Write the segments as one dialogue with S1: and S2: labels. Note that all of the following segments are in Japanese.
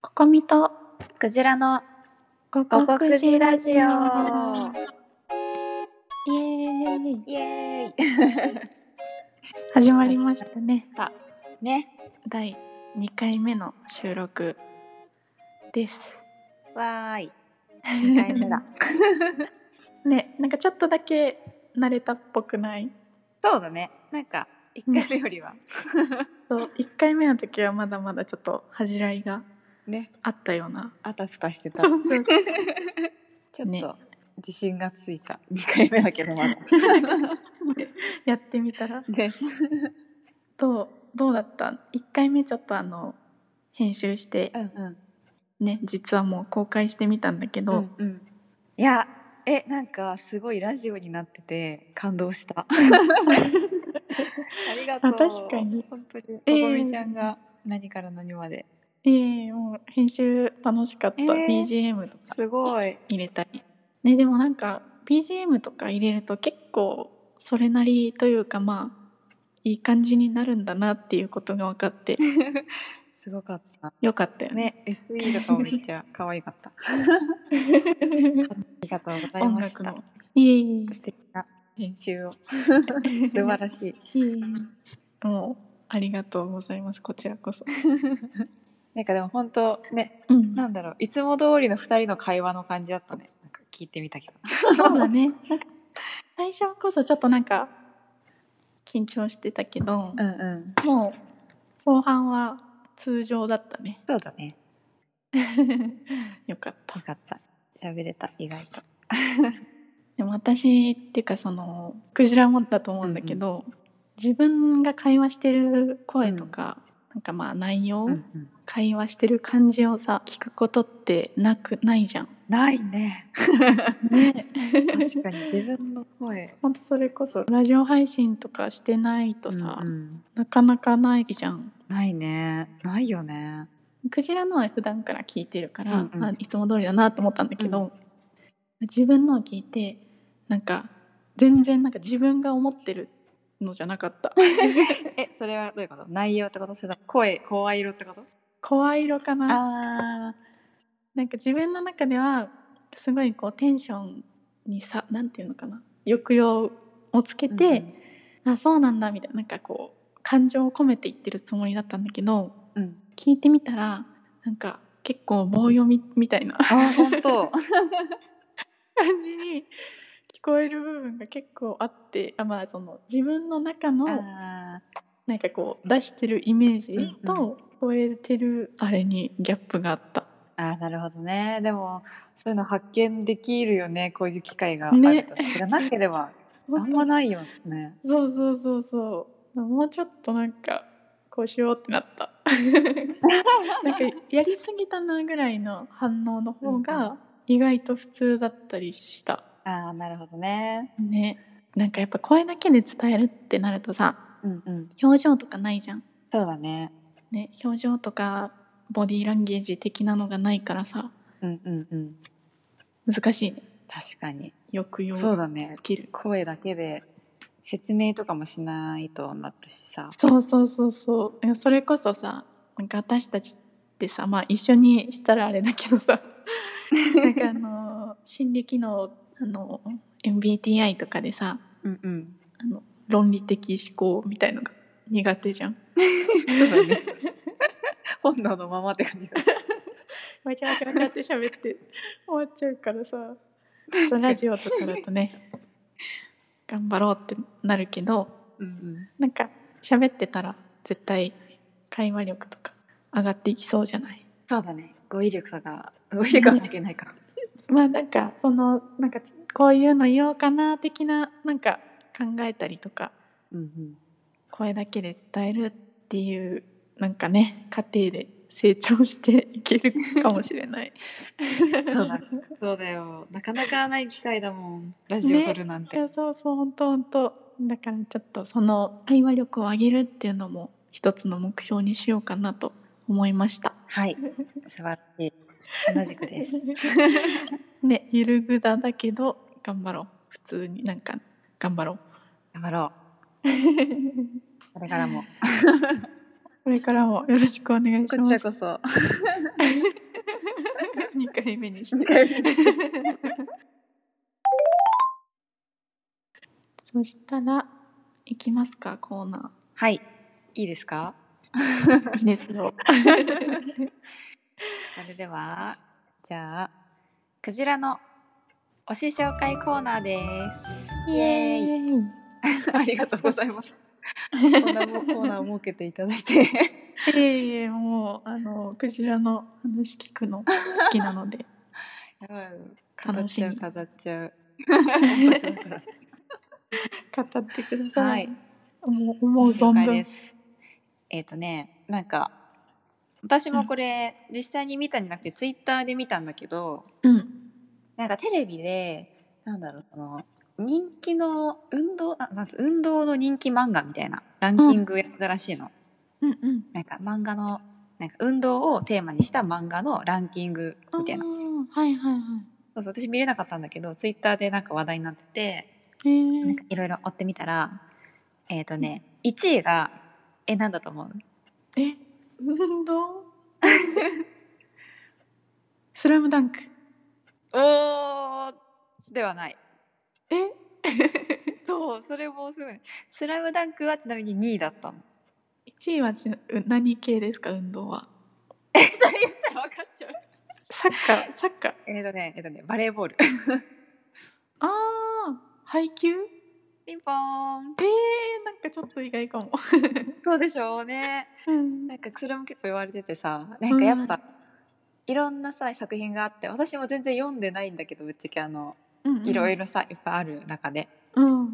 S1: こみと
S2: クジラの
S1: こ
S2: ここクジラジオ
S1: イエーイ
S2: イエーイ
S1: 始まりましたね
S2: ね
S1: 第2回目の収録です
S2: わーい2回目だ
S1: ねなんかちょっとだけ慣れたっぽくない
S2: そうだねなんか1回目よりは
S1: そう1回目の時はまだまだちょっと恥じらいが
S2: ね
S1: あったような
S2: あたふたしてた
S1: そうそうそう
S2: ちょっ
S1: ね
S2: と自信がついた2回目だけどま だ
S1: やってみたら
S2: ね
S1: どうどうだった1回目ちょっとあの編集して
S2: うんうん
S1: ね実はもう公開してみたんだけど、
S2: うんうんいやえなんかすごいラジオになってて感動した ありがとう
S1: あ確かに
S2: 本当にこ
S1: えー
S2: こみちゃんが何から何まで、
S1: ええもう編集楽しかった、
S2: えー
S1: BGM とか
S2: すごい
S1: 入れたりねでもなんか BGM とか入れると結構それなりというかまあいい感じになるんだなっていうことが分かっ て
S2: すごかった
S1: よかったよね。
S2: ね、SE とかもめっちゃ可愛か った。ありがとうござい
S1: 音
S2: まし
S1: 楽
S2: た。
S1: の。いえい
S2: 素敵な編集を。
S1: え。
S2: 素晴らしい。
S1: いえいえ。もうありがとうございますこちらこ そ。
S2: なんかでも本当ね、
S1: うん、
S2: なんだろう、いつも通りの二人の会話の感じだったね。なんか聞いてみたけど。
S1: そうだね。なんか最初こそちょっとなんか緊張してたけど、
S2: んうん。
S1: もう後半は通常だったね。
S2: そうだね。
S1: よかった
S2: よ。かった。喋れた、意外と。
S1: でも私っていうかそのクジラもだと思うんだけど、自分が会話してる声とか、なんかまあ内容、
S2: うん
S1: 会話してる感じをさ聞くことってなくないじゃん。
S2: ないね。
S1: ね、
S2: 確かに自分の声。
S1: 本当それこそラジオ配信とかしてないとさ、
S2: うんうん
S1: なかなかないじゃん。
S2: ないね。ないよね。
S1: クジラのは普段から聞いてるから、
S2: うんうん
S1: あいつも通りだなと思ったんだけど、自分のを聞いてなんか全然なんか自分が思ってるのじゃなかった。
S2: え、それはどういうこと内容ってことそれとも声、声色ってこと
S1: 声色かな
S2: ああ。
S1: なんか自分の中ではすごいこうテンションにさなんていうのかな抑揚をつけて、あそうなんだみたいななんかこう感情を込めていってるつもりだったんだけど
S2: うん、うん。
S1: 聞いてみたらなんか結構棒読みみたいな
S2: あー、本当。
S1: 感じに聞こえる部分が結構あってあまあその自分の中の
S2: あ
S1: なんかこう出してるイメージ
S2: うん
S1: と聞こえてるあれにギャップがあった。
S2: ーあーなるほどねでもそういうの発見できるよねこういう機会があ
S1: ね
S2: ると、それがなければ あんまないよね
S1: そうそうそうそうもうちょっとなんかこうしようってなった なんかやりすぎたなぐらいの反応の方
S2: うんう
S1: が意外と普通だったりした
S2: ああなるほどね
S1: ねなんかやっぱ声だけで伝えるってなるとさ
S2: うんうん
S1: 表情とかないじゃん
S2: そうだね
S1: ね表情とかボディーランゲージ的なのがないからさ
S2: うんうんうん
S1: 難しいね
S2: 確かに
S1: 抑揚
S2: そう
S1: を
S2: だね
S1: 切る
S2: 声だけで説明とかもしないとなるしさ
S1: そうそうそうそうそれこそさなんか私たちってさまあ一緒にしたらあれだけど さなんかあの心理機能あの MBTI とかでさ
S2: うん うん
S1: あの論理的思考みたいのが苦手じゃん。
S2: そうだね本能のままって感じが
S1: わちゃわちゃわちゃって喋って終わっちゃうからさ
S2: 確かに
S1: ラジオとかだとね頑張ろうってなるけど
S2: うんうん
S1: なんか喋ってたら絶対会話力とか上がっていきそうじゃない
S2: そうだね語彙力とか語彙力は関係ないか
S1: まあなんかそのなんかつこういうの言おうかな的ななんか考えたりとか
S2: うんうん
S1: 声だけで伝えるっていうなんかね過程で成長していけるかもしれない。
S2: そうだそうだよ。なかなかない機会だもん。ラジオ撮るなん
S1: い
S2: て。
S1: やそうそう本当本当だからちょっとその会話力を上げるっていうのも一つの目標にしようかなと思いました。
S2: はい。素晴らしい。同じくです。
S1: ねゆるぐだだけど頑張ろう普通になんか頑張ろう。
S2: 頑張ろう。これからも。
S1: これからもよろしくお願いし
S2: こ
S1: ま
S2: ちら
S1: す。
S2: こそ。
S1: 二回目にして
S2: 二回目
S1: そしたら行きますかコーナ
S2: はい。いいですか
S1: ー。いいですよ。
S2: それでは、じゃあ、クジラの推し紹介コーナーです。イエーイ。
S1: ーイ。
S2: ありがとうございます。こんなもコーナーを設けていただい て。
S1: いえいえもうあのクジラの話聞くの好きなの で
S2: 語っ
S1: 楽し
S2: ちゃう、
S1: み
S2: 語っち ゃう。
S1: 語ってください。
S2: はい
S1: 思う思う
S2: 了
S1: 存
S2: 解
S1: 分
S2: で。す。えっ、とね、なんか、私もこれ、実際に見たんじゃなくて、ツイッターで見たんだけど、
S1: うん。
S2: なんかテレビで、なんだろう、その、人気の運動、ななんつ運動の人気漫画みたいなランキングやったらしいの。
S1: うんうん。
S2: なんか漫画の、なんか運動をテーマにした漫画のランキングみたいな。
S1: あーはいはいは
S2: そうそう私見れなかったんだけどツイッターでなんか話題になってて
S1: い。へえ
S2: なんかいろいろ追ってみたらえっ、とね1位がえなんだと思う
S1: え運動 スラムダンク
S2: おーではない
S1: え
S2: そうそれもすごいスラムダンクはちなみに2位だったの
S1: 一位はちなう何系ですか運動は
S2: えそれ言ったら分かっちゃう
S1: サッカーサッカー
S2: えっ、とねえっ、とねバレーボール
S1: ああ配球え
S2: ピンポーン
S1: ー、なんかちょっと意外かも、
S2: そうでしょうね
S1: うん
S2: なんかそれも結構言われててさなんかやっぱ、
S1: う
S2: いろんなさ作品があって私も全然読んでないんだけどぶっちゃけあの
S1: うん
S2: いろいろさいっぱいある中で
S1: うん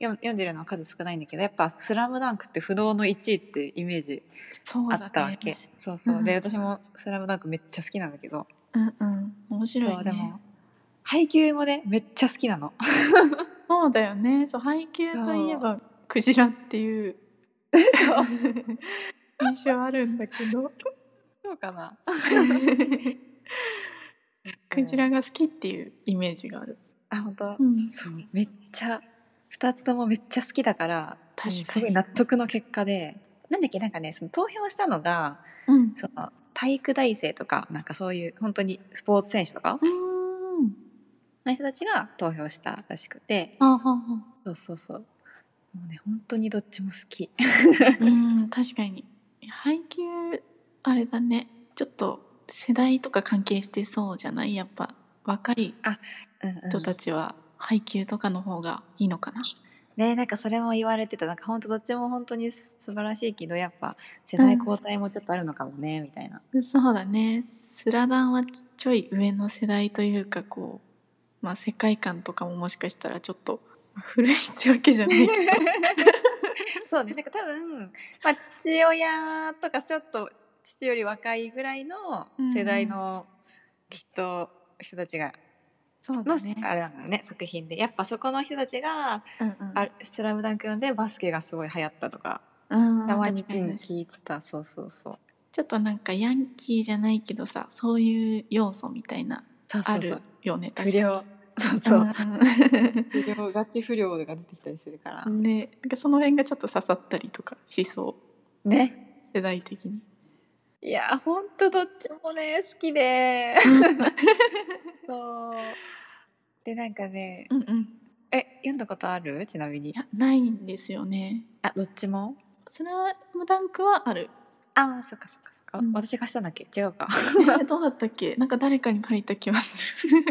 S2: 読読んでるのは数少ないんだけどやっぱ「スラムダンクって不動の1位ってイメージ
S1: そう
S2: あ
S1: だ、ね、
S2: ったわけそうそう、
S1: うん
S2: で私も「スラムダンクめっちゃ好きなんだけど、
S1: うんうん面白いね
S2: そうでも配給もねめっちゃ好きなの
S1: そうだよねそう配球といえばクジラっていう印象あるんだけ ど
S2: そうかな
S1: クジラが好きっていうイメージがある、
S2: あ本当、
S1: ん
S2: そうめっちゃ2つともめっちゃ好きだから
S1: 確かに
S2: うんすごい納得の結果でなんだっけなんかねその投票したのが
S1: うん、
S2: その体育大生とかなんかそういう本当にスポーツ選手とか
S1: うーん
S2: の人たちが投票したらしくて
S1: あはは
S2: そうそうそう。もうね、本当にどっちも好き。
S1: うん確かに配給あれだねちょっと世代とか関係してそうじゃないやっぱ若い
S2: うんう
S1: 人た
S2: ん、
S1: ちは配給とかの方がいいのかな、
S2: ね、なんかそれも言われてた、なんか本当どっちも本当に素晴らしいけど、やっぱ世代交代もちょっとあるのかもね、みたいな。
S1: そうだねスラダンはちょい上の世代というかこうまあ世界観とかももしかしたらちょっと古いってわけ じゃないけど
S2: そうね、なんか多分、まあ父親とかちょっと父より若いぐらいの世代の、きっと人たちが、
S1: そう
S2: の、
S1: だね
S2: あれなんだろうね、作品で。やっぱそこの人たちが、
S1: うんうん
S2: あスラムダンク読んでバスケがすごい流行ったとか、
S1: うん
S2: たまに
S1: 確かに
S2: うん
S1: 確かに
S2: 聞いてた、そうそうそう。
S1: ちょっとなんかヤンキーじゃないけどさそういう要素みたいな
S2: そうそ
S1: あ
S2: うそう
S1: るよね
S2: 不良そ
S1: 確
S2: う
S1: かに
S2: そう
S1: うん
S2: 不良ガチ不良が出てきたりするから
S1: ねなんかその辺がちょっと刺さったりとかしそう
S2: ね
S1: 世代的に
S2: いやほんとどっちもね好きでそうでなんかね
S1: うんうん
S2: え読んだことあるちなみに
S1: いやないんですよね
S2: あどっちも
S1: スラムダンクはある
S2: ああそっかそっかそっか、
S1: うん
S2: 私がしたんだっけ違 うか
S1: えーどうだったっけなんか誰かに借りた気がす る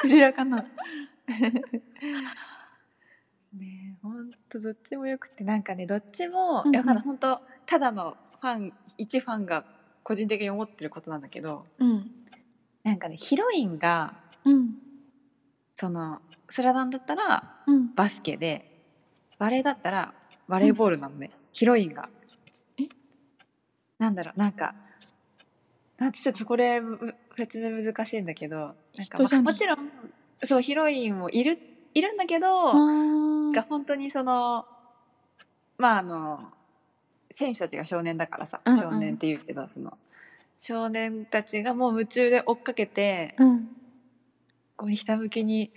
S1: クジラかな
S2: ねほんとどっちもよくてなんかねどっちも、
S1: うんうん
S2: いやわかんないほんとただのファン一ファンが個人的に思ってることなんだけど
S1: うん
S2: なんかねヒロインが
S1: うん
S2: そのスラダンだったら
S1: うん
S2: バスケでバレーだったらバレーボールなのね、ヒロインが
S1: え
S2: なんだろうなんかなんてちょっとこれむ説明難しいんだけどなんか、
S1: 人じゃ
S2: ま
S1: な
S2: あ
S1: い
S2: もちろんそうヒロインもいるいるんだけど、
S1: あ
S2: が本当にそのまああの選手たちが少年だからさ
S1: うんうん
S2: 少年って言うけど、その少年たちがもう夢中で追っかけて、
S1: うん
S2: こうひたむきに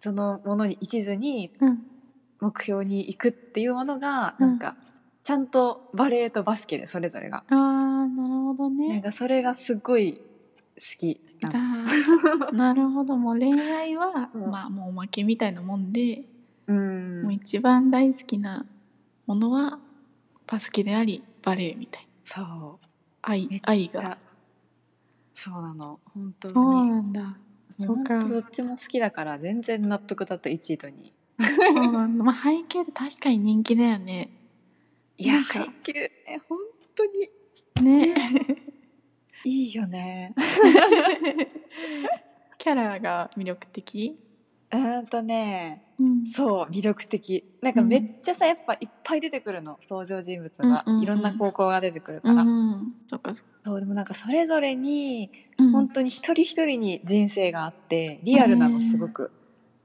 S2: そのものに一途に
S1: うん
S2: 目標に行くっていうものが
S1: うん
S2: なんか、ちゃんとバレエとバスケでそれぞれが、
S1: ああなるほど
S2: なん
S1: ね。
S2: かそれがすごい好きな
S1: だ なるほどもう恋愛は、
S2: うん
S1: まあもうおまけみたいなもんで、
S2: うん
S1: もう一番大好きなものはバスケでありバレエみたいな
S2: そめ
S1: 愛
S2: っちゃ
S1: 愛
S2: うい
S1: が
S2: やそうなの本当に
S1: そうなんだ。そ
S2: も
S1: う
S2: う
S1: か
S2: ほんとどっちも好きだから全然納得だった1位と2位
S1: そうなんだまあ配給で確かに人気だよね。
S2: いや
S1: なんか
S2: 配給ね本当に
S1: ね。
S2: いいよね
S1: キャラが魅力的。
S2: うーんとね
S1: うん
S2: そう魅力的なんか
S1: うん
S2: めっちゃさ、やっぱいっぱい出てくるの登場人物が、
S1: うんうんうん
S2: いろんな高校が出てくる
S1: う
S2: から、
S1: ん、そっかそっか。
S2: そうでもなんかそれぞれに
S1: うん
S2: 本当に一人一人に人生があってリアルなのすごく、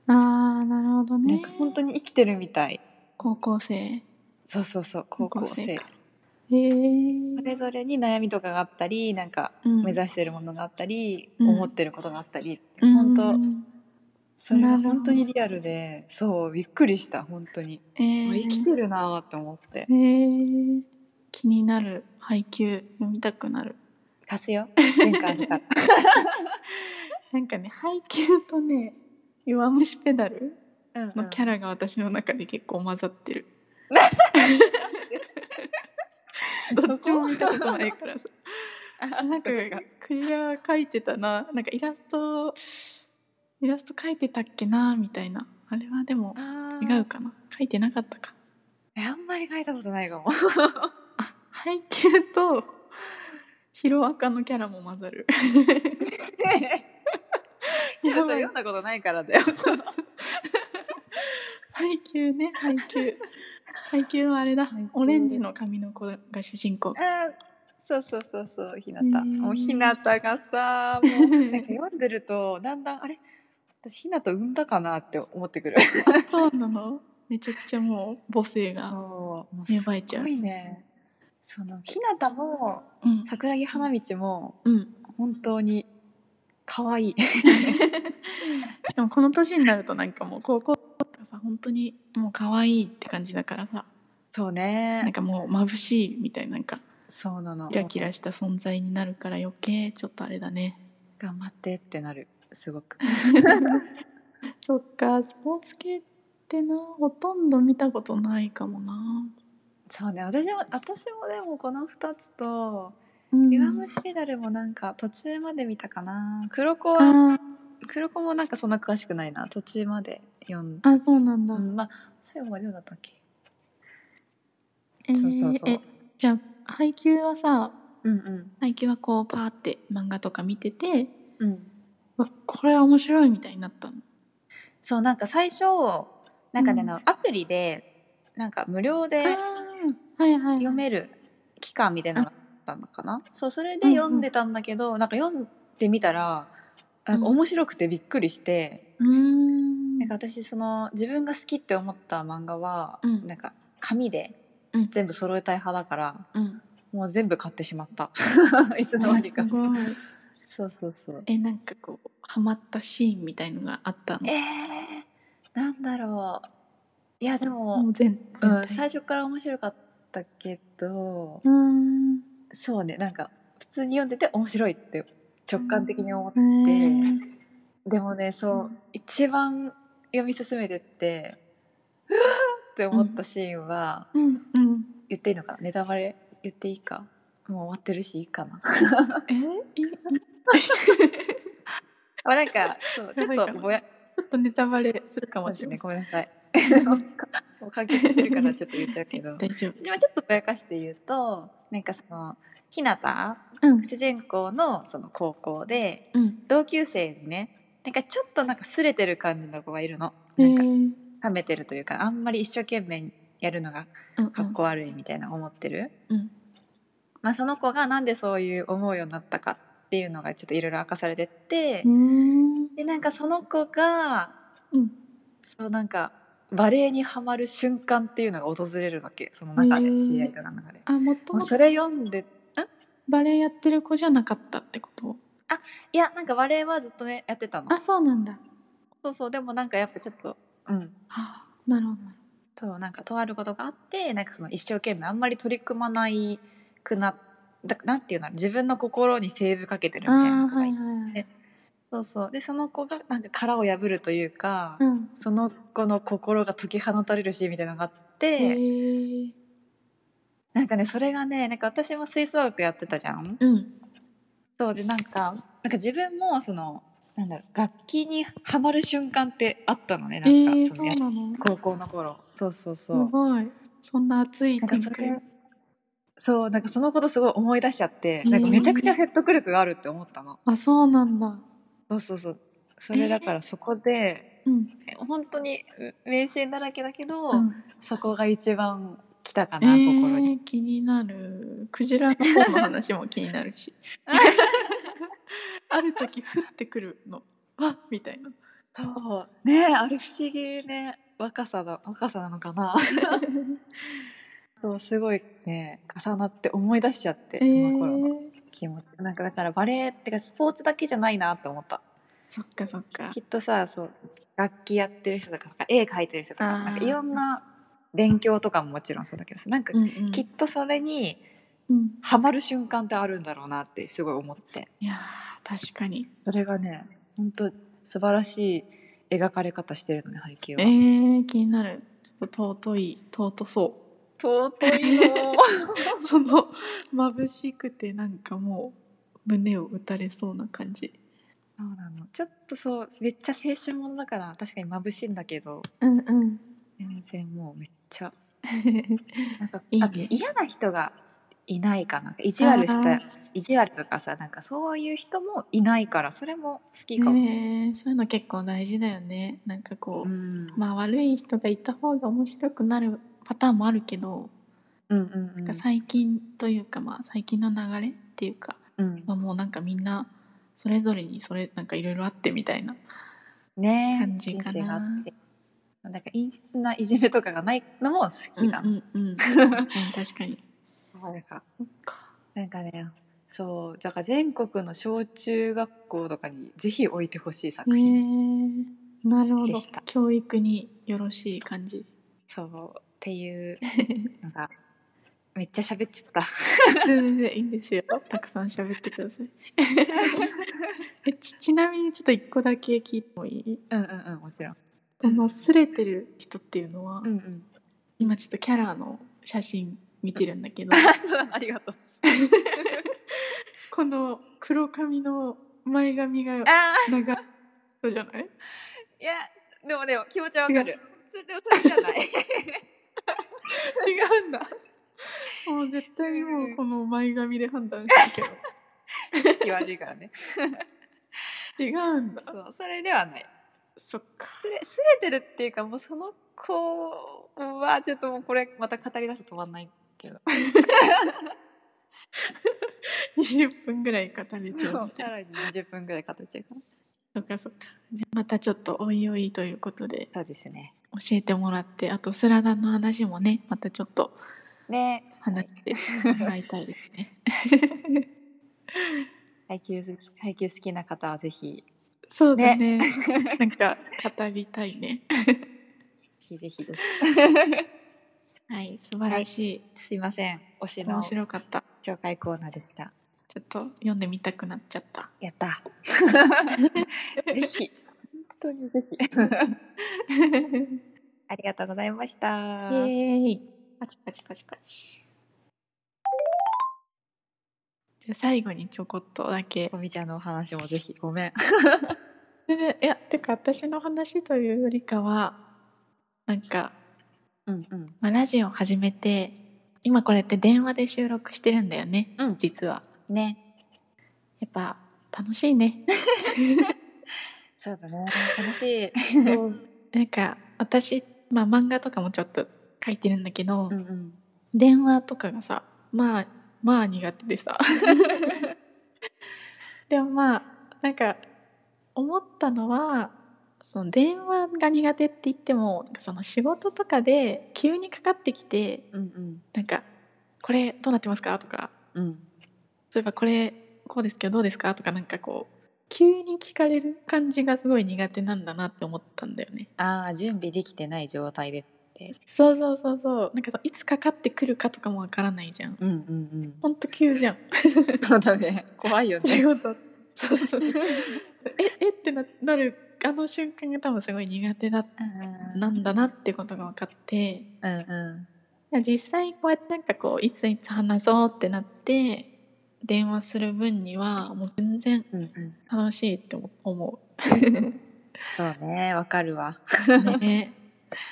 S1: ああなるほど
S2: な
S1: ね
S2: んか本当に生きてるみたい
S1: 高校生
S2: そうそうそう高校生
S1: かへえ
S2: それぞれに悩みとかがあったりなんか目指してるものがあったり、
S1: うん
S2: 思ってることがあったり、
S1: うん
S2: 本当それ
S1: な
S2: が
S1: るほど
S2: 本当にリアルでそうびっくりした本当に、
S1: え
S2: あ
S1: ー、
S2: 生きてるなーと思って
S1: えー、気になる配給読みたくなる
S2: 貸すよ前回あ げた
S1: なんかね配給とね弱虫ペダル
S2: うんうん
S1: のキャラが私の中で結構混ざって る、 どっちも見たこと ないから さ
S2: あ
S1: なんか
S2: そっそっ
S1: クジラ描いてたななんかイラストイラスト描いてたっけなみたいなあれはでも
S2: あー
S1: 違うかな書いてなかったか
S2: えあんまり書いたことないか も
S1: あ配給とヒロアカのキャラも混ざる
S2: いや
S1: や
S2: そ
S1: ば
S2: れ
S1: い
S2: 読んだことないからだよ
S1: そうそう配給ね配給配給はあれだ
S2: 配給
S1: オレンジの髪の子が主人公
S2: あそうそうそうそうひな
S1: ね
S2: た、
S1: ー
S2: もうひなたが さもうなんか読んでるとだんだんあれ私ひなた産んだかなって思ってくる
S1: あそうなのめちゃくちゃもう母性が
S2: もう
S1: 芽生えち
S2: す
S1: ゃう
S2: ごいねそのひなたも
S1: うん
S2: 桜木花道も
S1: うん
S2: 本当に可愛い
S1: しかもこの年になるとなんかもう高校とかさ本当にもう可愛いって感じだからさ
S2: そう
S1: なん
S2: ね
S1: かもう眩しいみたいななんか
S2: そうなの
S1: キラキラした存在になるから余計ちょっとあれだ ね
S2: 頑張ってってなるす ごく
S1: そっかスポーツ系ってなほとんど見たことないかもな
S2: そうね私も私もでもこの2つと
S1: うん
S2: 弱虫ペダルもなんか途中まで見たかな黒子は
S1: あ
S2: 黒子もなんかそんな詳しくないな途中まで読
S1: ー
S2: ん
S1: あそうなんだ、
S2: うんまあ最後まで読んだったっけ
S1: えー
S2: そうそうそう
S1: えじゃあ配給はさ
S2: うんうん
S1: 配給はこうパーって漫画とか見てて
S2: うん
S1: わこれは面白いみたいになったの
S2: そうなんか最初なんかね、
S1: うん
S2: あのアプリでなんか無料
S1: あ
S2: で
S1: ーはいはい
S2: 読める期間みたいなのがあったのかなそうそれで読んでたんだけど、なんか読んでみたらなんか面白くてびっくりして、
S1: うーん
S2: なんか私その自分が好きって思った漫画は、
S1: うん
S2: なんか紙で
S1: うん
S2: 全部揃えたい派だから、
S1: うん
S2: もう全部買ってしまった いつの間
S1: あ
S2: にか
S1: すごい
S2: そうそうそう
S1: えなんかこうハマったシーンみたいのがあったの
S2: えー、なんだろういやで
S1: も
S2: も
S1: う、全
S2: う
S1: 全
S2: ん、
S1: 体
S2: 最初から面白かったけど、
S1: うーん
S2: そうねなんか普通に読んでて面白いって直感的に思っ
S1: えー
S2: でもねそう、
S1: うん
S2: 一番読み進めてって うわーって思ったシーンは、
S1: うん うん
S2: 言っていいのかなネタバレ言っていいかもう終わってるしいいかな
S1: えいち
S2: ま あなんかそうち
S1: やばい
S2: ょ
S1: か
S2: っ
S1: な
S2: とぼや
S1: ょっとネタバレするか
S2: そう
S1: も
S2: で
S1: し
S2: す
S1: れな
S2: ね
S1: い
S2: ごめんなさい もう完結してるからちょっと言っちゃうけど
S1: 大丈夫
S2: でもちょっとぼやかして言うとなんかそのひなた
S1: うん
S2: 主人公のその高校で
S1: うん
S2: 同級生にねなんかちょっとなんかすれてる感じの子がいるの
S1: え
S2: なんか
S1: ー
S2: 冷めてるというかあんまり一生懸命やるのが
S1: うん
S2: かっこ悪いみたいな思ってる、
S1: うん
S2: まあ、その子がなんでそういう思うようになったかっていうのがちょっといろいろ明かされてって、
S1: うん
S2: でなんかその子が
S1: うん
S2: そうなんかバレエにはまる瞬間っていうのが訪れるわけその中で、
S1: へー
S2: 試合とかの中で。
S1: あもと
S2: もう
S1: もと
S2: それ読んで
S1: バレエやってる子じゃなかったってこと
S2: いやなんかバレエはずっとねやってたの
S1: あそうなんだ
S2: そうそうでもなんかやっぱちょっとうん
S1: あなるほどなる
S2: そうなんかとあることがあってなんかその一生懸命あんまり取り組まないくなだなんていうの自分の心にセーブかけてるみたいな
S1: あー
S2: 子が
S1: はいい
S2: て、
S1: はいはい。
S2: そうそうでその子がなんか殻を破るというか、
S1: うん。
S2: その子の心が解き放たれるシーンみたいなのがあって、
S1: へー
S2: なんかねそれがねなんか私も吹奏楽やってたじゃん。
S1: うん。
S2: そうでなんかなんか自分もそのなんだろう楽器にはまる瞬間ってあったのね
S1: え
S2: なんか、
S1: ー、
S2: そ
S1: そ
S2: の
S1: う
S2: や
S1: なの。
S2: 高校の頃そうそう
S1: す
S2: そう。
S1: ごい。そんな熱い
S2: なんか
S1: 展
S2: そ
S1: 開
S2: れ。そうなんかそのことすごい思い出しちゃって、なんかめちゃくちゃ説得力があるって思ったの。
S1: あ、そうなんだ。
S2: そうそうそう。それだからそこで、
S1: うん。
S2: 本当に名シーンだらけだけど、
S1: うん
S2: そこが一番来たか
S1: え
S2: な、心に。
S1: ー、気になるクジラの方の話も気になる しある時降ってくるのわっみた いな
S2: そうねえあれ不思議ね若さだ若さなのかな。そうすごいね重なって思い出しちゃってその頃の
S1: えー
S2: 気持ち。なんかだからバレエってかスポーツだけじゃないなって思った。
S1: そっかそっか
S2: きっとさそう楽器やってる人とか絵描いてる人とか
S1: あー
S2: なんかいろんな勉強とかももちろんそうだけどさなんか
S1: うんうん
S2: きっとそれに
S1: うん
S2: ハマる瞬間ってあるんだろうなってすごい思って
S1: いやー確かに
S2: それがね本当素晴らしい描かれ方してるのね配球
S1: え
S2: は。
S1: ー、気になるちょっと尊い尊そ
S2: 尊いの
S1: う その眩しくてなんかもう胸を打たれそうな感じ
S2: そうなのちょっとそうめっちゃ青春ものだから確かに眩しいんだけど
S1: うんうん
S2: 全然もうめっちゃなんか
S1: いいね
S2: あと嫌な人がいないかなんか意地悪した意地悪とかさなんかそういう人もいないからそれも好きかも、
S1: ねえそういうの結構大事だよねなんかこう、
S2: うん
S1: まあ悪い人がいた方が面白くなるパターンもあるけど、
S2: うんうんうん
S1: なんか最近というかまあ最近の流れっていうか、
S2: うん
S1: まあ、もうなんかみんなそれぞれにそれなんかいろいろあってみたいな
S2: ねえ
S1: 感じかな
S2: 人生があってなんか陰湿ないじめとかがないのも好
S1: う
S2: き
S1: んう
S2: か
S1: ん うん確かに確かに
S2: な,、なんかなんかねそうだから全国の小中学校とかにぜひ置いてほしい作品、
S1: ねえなるほ
S2: で
S1: ど
S2: した
S1: 教育によろしい感 じ
S2: そうっていうのがめっちゃ喋っちゃった
S1: 全然いいんですよたくさん喋ってください えちちなみにちょっと一個だけ聞いてもいい
S2: うんうんうんもちろん
S1: このすれてる人っていうのは、
S2: うんうん
S1: 今ちょっとキャラの写真見てるんだけど
S2: そうなのありがとう
S1: この黒髪の前髪が
S2: ああ
S1: 長い人じゃ ない
S2: いや、でもでも気持ちはわかる。それでもそれじゃない。
S1: 違うんだ もう絶対もうこの前髪で判断してる
S2: 気悪いからね。
S1: けど違うんだ
S2: そう、それではない。
S1: そっか
S2: すれ、すれてるっていうか、もうその子はちょっともうこれまた語り出すと止まんないけど。
S1: 20分ぐらい語れちゃ
S2: そうう
S1: み、たい
S2: さ
S1: な
S2: らに二十分ぐらい語っちゃうから。
S1: そっかそっかじゃあまたちょっとおいおいということで
S2: そうですね。
S1: 教えてもらってあとスラダンの話もねまたちょっと
S2: ね、
S1: 話してもらいたいですね
S2: 配給好き、配給好きな方はぜひ。
S1: そうだねなんか語りたいね
S2: ぜひぜひです。
S1: はい素晴らしい、
S2: すいません。推しの
S1: 面白かった
S2: 紹介コーナーでした。
S1: ちょっと読んでみたくなっちゃった
S2: やった。ぜひ。本当にぜひ。ありがとうございました。
S1: ーイパチパチパチパチじゃあ最後にちょこっとだけ
S2: こみちゃんのお話もぜひごめん。
S1: 全然いやてか私の話というよりかはなんか、
S2: うんうん
S1: まあ、ラジオ始めて今これって電話で収録してるんだよね、
S2: うん
S1: 実は
S2: ね。
S1: やっぱ楽しいね
S2: そうだね。楽しい。
S1: なんか私、まあ、漫画とかもちょっと書いてるんだけど、
S2: うんうん。
S1: 電話とかがさまあまあ苦手でさ でもまあなんか思ったのはその電話が苦手って言ってもなんかその仕事とかで急にかかってきて
S2: うん
S1: なんか「これどうなってますか?」とか
S2: うん。うん。
S1: 「そういえばこれこうですけどどうですか?」とかなんかこう急に聞かれる感じがすごい苦手なんだなって思ったんだよね。
S2: ああ準備できてない状態でって。
S1: そうそうそうそうなんかそういつかかってくるかとかもわからないじゃん
S2: うんうん
S1: ほんと急じゃん
S2: うん。そうだね。怖いよ
S1: 仕
S2: ね。
S1: 事そうそう ええってななるあの瞬間が多分すごい苦手だ
S2: うん
S1: なんだなってことが分かって
S2: うんう
S1: 実際こうやってなんかこういついつ話そうってなって電話する分にはもう全然
S2: んうんうん。
S1: 楽しいって思
S2: そうね、わかるわ。
S1: う、ね、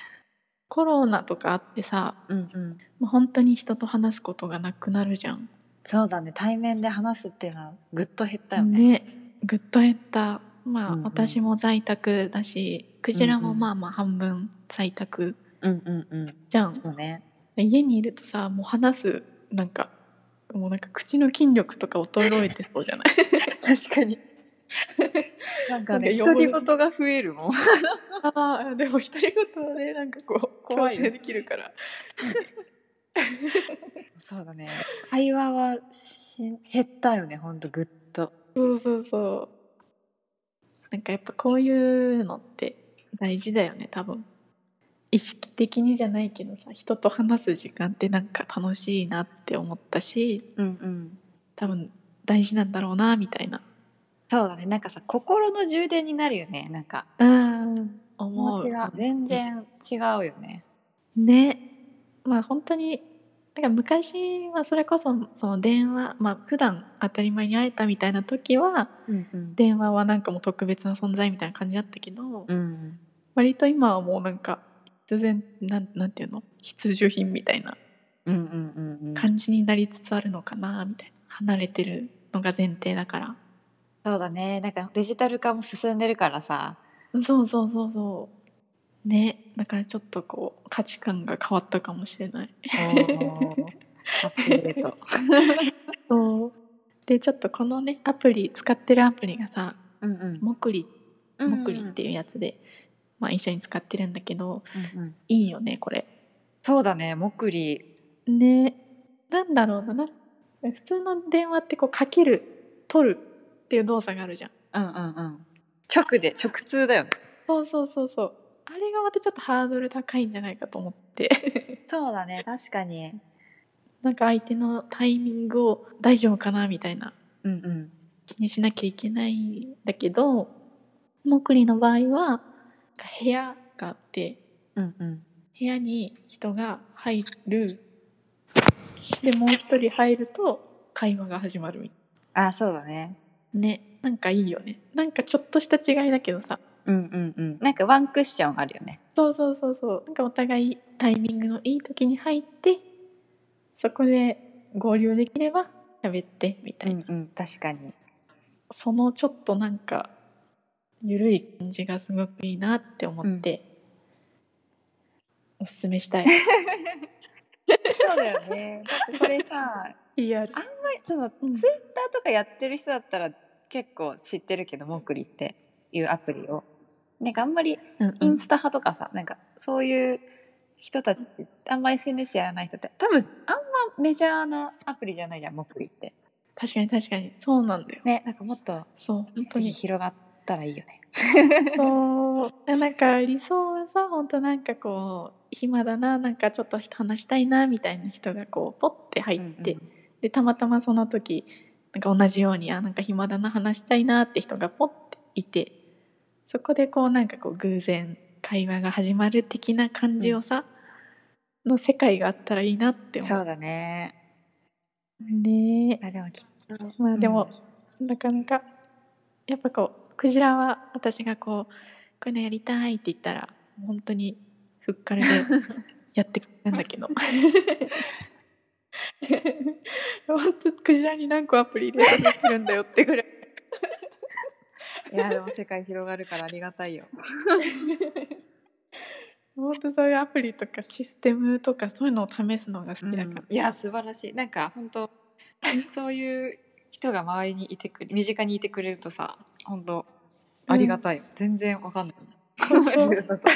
S1: コロナとかあってさ
S2: うんうん。
S1: もう本当に人と話すことがなくなるじゃん
S2: そうだね。対面で話すっていうのはぐっと減ったよね。
S1: ねぐっと減ったまあ、
S2: うんうん
S1: 私も在宅だしクジラ
S2: うん
S1: も
S2: うん
S1: まあまあ半分在宅
S2: うんうんうん。
S1: じゃん、
S2: そうね。
S1: 家にいるとさもう話すなんかもうなんか口の筋力とか衰えてそうじゃない
S2: 確かに。なんかね、
S1: なんか汚
S2: 独
S1: れ
S2: り言が増えるもん。
S1: ああでも独り言はねなんかこう
S2: 怖いよ
S1: 強制できるから
S2: そうだね。会話はし減ったよね、ほんとぐっと。
S1: そうそうそうなんかやっぱこういうのって大事だよね多分意識的にじゃないけどさ人と話す時間ってなんか楽しいなって思ったし
S2: うんうん。
S1: 多分大事なんだろうなみたいな
S2: そうだね。なんかさ、心の充電になるよね。なんか、
S1: うん
S2: 気
S1: 思
S2: 持
S1: う
S2: ちが全然違うよね。
S1: ねまあ本当になんか昔はそれこそその電話まあ普段当たり前に会えたみたいな時は
S2: うんうん。
S1: 電話はなんかもう特別な存在みたいな感じだったけど、
S2: うん。
S1: 割と今はもうなんか必然なんなんていうの必需品みたいな
S2: うんうんうんうん。
S1: 感じになりつつあるのかなみたいな離れてるのが前提だから
S2: そうだね。なんかデジタル化も進んでるからさ。
S1: そうそうそうそうねだからちょっとこう価値観が変わったかもしれない
S2: おー アップデート。
S1: そうでちょっとこのねアプリ使ってるアプリがさ
S2: うんうん。
S1: モクリ
S2: うんうん
S1: モクリっていうやつで、まあ一緒に使ってるんだけど
S2: うんうん
S1: いいよねこれ
S2: そうだね。モクリ。
S1: ねなんだろうななん普通の電話ってこうかける取るっていう動作があるじゃん
S2: うんうんうん。直で直通だよね。
S1: そうそうそうそうあれがまたちょっとハードル高いんじゃないかと思って
S2: そうだね。確かに。
S1: なんか相手のタイミングを大丈夫かなみたいな
S2: うんうん。
S1: 気にしなきゃいけないんだけどモクリの場合はなんか部屋があって
S2: うんうん。
S1: 部屋に人が入るでもう一人入ると会話が始まるみたいな
S2: あ、そうだね。
S1: ねなんかいいよねなんかちょっとした違いだけどさ
S2: うんうんうん。なんかワンクッションあるよね。
S1: そうそうそうそうなんかお互いタイミングのいい時に入ってそこで合流できれば喋ってみたいな、
S2: うん。確かに。
S1: そのちょっとなんかゆるい感じがすごくいいなって思って、おすすめした い
S2: そうだよね。だってこれ さ、
S1: PR
S2: あそのツ
S1: う
S2: イ
S1: ん
S2: ッターとかやってる人だったら結構知ってるけど、モクリっていうアプリを。なんかあんまり
S1: うん
S2: インスタ派とかさ、なんかそういう人たちってあんま SNS やらない人って多分あんまメジャーなアプリじゃないじゃんモクリって
S1: 確かに確かにそうなんだよ
S2: ねなんかもっと
S1: そう本当
S2: 本当に
S1: に
S2: 広がったらいいよね
S1: そうなんか理想はさ本当なんかこう暇だななんかちょっと話したいなみたいな人がこうポッて入って、
S2: うんうん
S1: でたまたまその時なんか同じようにあなんか暇だな話したいなって人がポッていてそこでこうなんかこう偶然会話が始まる的な感じをさ、の世界があったらいいなって思。
S2: そううだね
S1: ねえ
S2: あでもきっと
S1: まあでも、なかなかやっぱこうクジラは私がこうこういうのやりたいって言ったら本当にふっ かるでやってくれるんだけど 本当クジラに何個アプリ入れてできるんだよってぐらい
S2: うんいやでも世界広がるからありがたいよ
S1: 本当そういうアプリとかシステムとかそういうのを試すのが好きだから、
S2: いや素晴らしいなんか本当そういう人が周りにいてくれ身近にいてくれるとさ本当ありがたいよ、全然わかんない自分 だと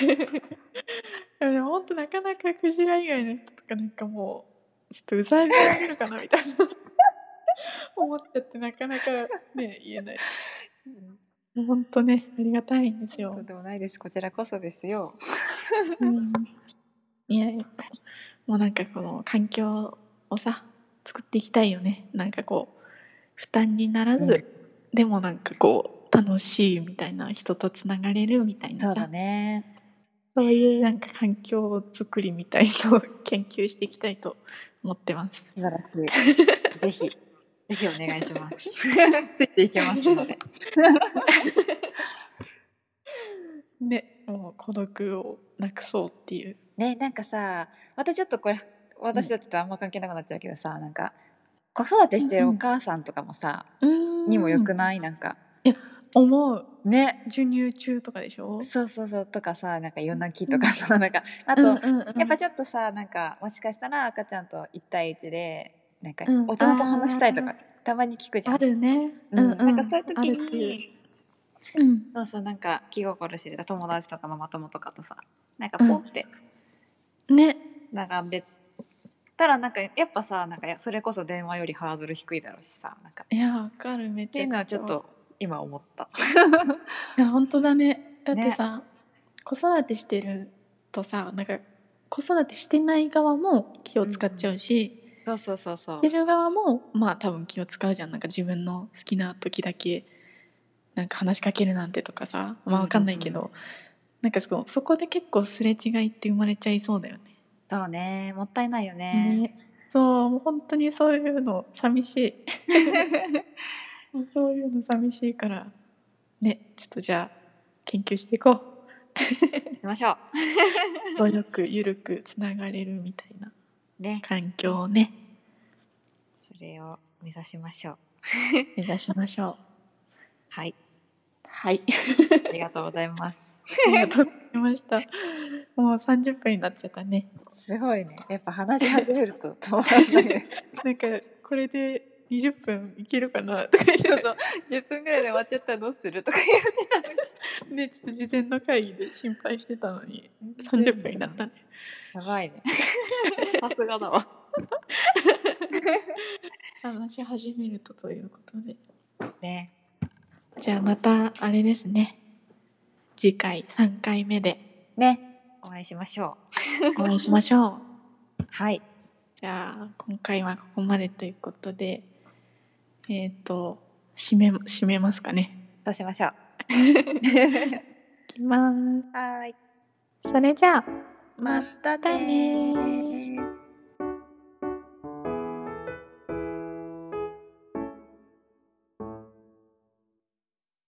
S1: でも本当なかなかクジラ以外の人とかなんかもうちょっとうざい目あげるかなみたいな 思っちゃってなかなかね言えない本当ねありがたいんです
S2: と
S1: よ
S2: ん、でもないですこちらこそですよ
S1: うんいやいやもうなんかこの環境をさ作っていきたいよねなんかこう負担にならず、
S2: うん
S1: でもなんかこう楽しいみたいな人とつながれるみたいな
S2: そう
S1: さ
S2: だね。
S1: そういうなんか環境作りみたいのを研究していきたいと思ってます。
S2: 素晴らしい。ぜひ、ぜひお願いし ます。ついていけますので。
S1: ね、もう孤独をなくそうっていう。
S2: ね、なんかさ、またちょっとこれ、私たちとあんま関係なくなっちゃうけどさ、なんか、子育てしてるお母さんとかもさ、にもよくないなんか、
S1: 思う
S2: ね、
S1: 授乳中とかでしょ。
S2: そうそうそう、とかさ、なんか夜泣きとかさ、なんか、あ
S1: うん
S2: と、
S1: うんうん
S2: やっぱちょっとさなんかもしかしたら赤ちゃんと1対1でなんか
S1: うん
S2: 大人と話したいとか、
S1: あ
S2: たまに聞くじゃん。
S1: あるね。
S2: うんなんかそういう時
S1: あるっていう
S2: に
S1: うん
S2: そうそうなんか気心知れた友達とかママ友とかとさなんかポンって
S1: ね、
S2: 並んでたらなんかやっぱさなんかやそれこそ電話よりハードル低いだろうしさなんかっ
S1: いやわかるめっちゃ。
S2: ていうのはちょっと今思った。
S1: いや本当だね。だってさ、子育てしてるとさ、なんか子育てしてない側も気を使っちゃうし、
S2: そうそうそうそう
S1: してる側もまあ多分気を使うじゃん。なんか自分の好きな時だけなんか話しかけるなんてとかさ、まあわかんないけど、
S2: うんうん
S1: なんかそこそこで結構すれ違いって生まれちゃいそうだよね。
S2: そうねもったいないよね。
S1: ね、そうもう本当にそういうの寂し いもうそういうの寂しいからねちょっとじゃあ研究していこう
S2: しましょ
S1: 努力ゆるくつながれるみたいな
S2: う。ね
S1: 環境をね
S2: それを目指しましょう。
S1: 目指しましょう
S2: はい
S1: はい
S2: ありがとうございます。
S1: ありがとうございましたもう30分になっちゃったね
S2: すごいね。やっぱ話し始める と止まらないね。
S1: なんかこれで20分いけるかなとか言って
S2: そうそう。10分ぐらいで終わっちゃったらどうするとか言ってた
S1: ねちょっと事前の会議で心配してたのに
S2: のに
S1: 30分になったね。
S2: やばいね。 さすがだわ。
S1: 話し始めるとということで
S2: ね。
S1: じゃあまたあれですね次回3回目で
S2: ね。お会いしましょ
S1: お会いしまし ょう
S2: う。はい。
S1: じゃあ今回はここまでということでえっ、と締め締めますかね
S2: そうしましょう。
S1: いきます
S2: はーい。
S1: それじゃあ
S2: またね
S1: またね
S2: ー